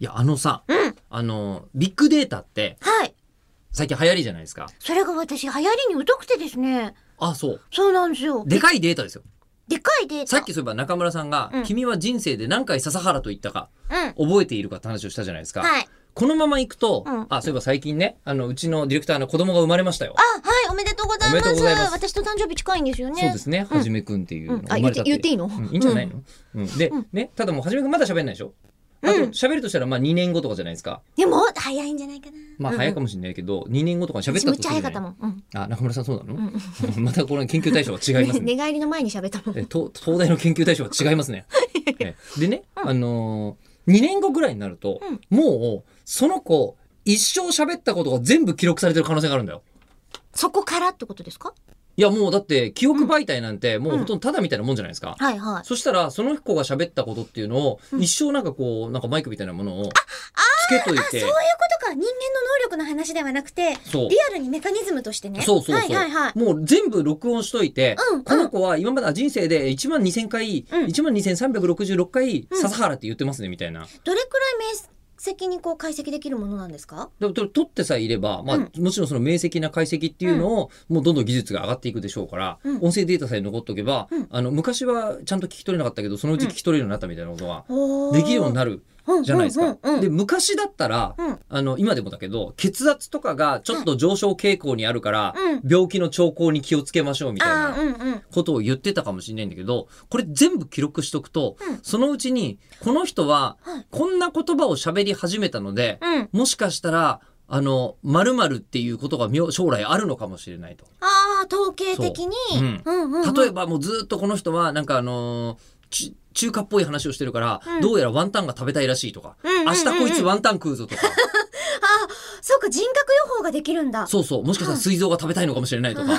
いや、あのさ、うんあの、ビッグデータって、はい。最近流行りじゃないですか。それが私、流行りに疎くてですね。あ、そう。そうなんですよ。でかいデータですよ。でかいデータ。さっきそういえば中村さんが、うん君は人生で何回笹原と言ったか、うん。覚えているかって話をしたじゃないですか。はい。このまま行くと、うんあ、そういえば最近ね、あの、うちのディレクターの子供が生まれましたよあ。、はい。おめでとうございおめま。ですとうございます私と誕生日近いんですよね。そうですね、うんはじめくんっていうのうんあ生まれた言って言っていいのうんいいんじゃないの、うんで、ね、ただもうはじめくんまだ喋んないでしょあとうん喋るとしたらまあ2年後とかじゃないですか。でも、早いんじゃないかな。まあ早いかも。もしれないけど、2年後とかに喋っ私たむとっすちるゃじゃ早かなったいもん。うん。あ、中村さんそうなの、 またこれ研究対象は違いますね。 寝返りの前に喋っ たもん。え東東大の研究対象は違います ね。えでね、あのー、2年後ぐらいになると、もうその子一生喋ったことが全部記録されてる可能性があるんだよ。そこからってことですかいやもうだって記憶媒体なんてもうほとんどただみたいなもんじゃないですか。はいはい。そしたらその子が喋ったことっていうのを、一生なんかこうなんかマイクみたいなものをつけといあ、そういてうことか。人間の能力の話ではなくて、そうリアルにメカニズムとしてね。そうそうそう、はいはいはい。もう全部録音しといて、うんうんこの子は今まであ人生で1万2000回、うん1万2366回うん笹原って言ってますねみたいな。どれくらい面積にこう解析できるものなんですかでもと取ってさえいれば、まあうんもちろんその明晰な解析っていうのを、もうどんどん技術が上がっていくでしょうから、うん音声データさえ残っとけば、うんあの昔はちゃんと聞き取れなかったけどそのうち聞き取れるようになったみたいなことがでできるようにるなるうんじゃないですか。うんうんで昔だったら、うんあの今でもだけど血圧とかがちょっと上昇傾向にあるから、うん病気の兆候に気をつけましょうみたいな。ああー、うんうん。ことを言ってたかもしれないんだけど、これ全部記録しとくと、うんそのうちに、この人ははい、こんな言葉を喋り始めたので、うん。もしかしたら、あの、〇〇っていうことが妙将来あるのかもしれないと。ああ、統計的にそううん。うんうんうん例えばもうずっとこの人は、なんかあのーち中華っぽい話をしてるから、うんどうやらワンタンが食べたいらしいとか、うんうんうんうん明日こいつワンタン食うぞ とか、あーそうか、人格予報ができるんだ。そうそう、もしかしたら膵臓が食べたいのかもしれないとか、うん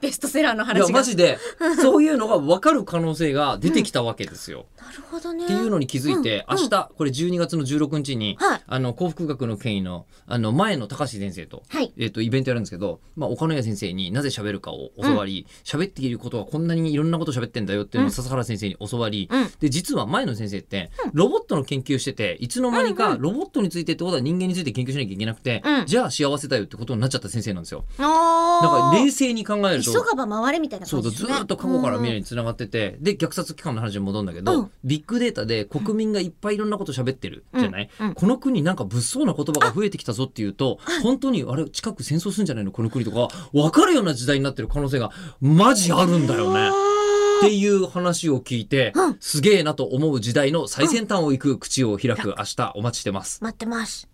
ベストセラーのいや、話が。マジで、そういうのが分かる可能性が出てきたわけですよ。なるほどね。っていうのに気づいて、うんうん明日、これ12月の16日に、はいあの、幸福学の権威の、あの、前の高橋先生と、はいえっ、と、イベントやるんですけど、まあ、岡野谷先生になぜ喋るかを教わり、喋っていることはこんなにいろんなこと喋ってんだよっていうのを笹原先生に教わり、うんで、実は前の先生って、ロボットの研究してて、いつの間にうんかうロボットについてってことは人間について研究しなきゃいけなくて、うんじゃあ幸せだよってことになっちゃった先生なんですよ。あだーから冷静に考えると急。がば回れみたいなそ感うだじですずね。ーっと過去から未来る。につながってて、で虐殺機関の話に戻るんだけど、うんビッグデータで国民がいっぱいいろんなこと喋ってるじゃない、うんうんこの国なんか物騒な言葉が増えてきたぞっていうと本当にあれ近く戦争するんじゃないのこの国とか分かるような時代になってる可能性がマジあるんだよね。っていう話を聞いて、うんすげえなと思う時代の最先端を行く口を開く明日お待ちしてます。待ってます。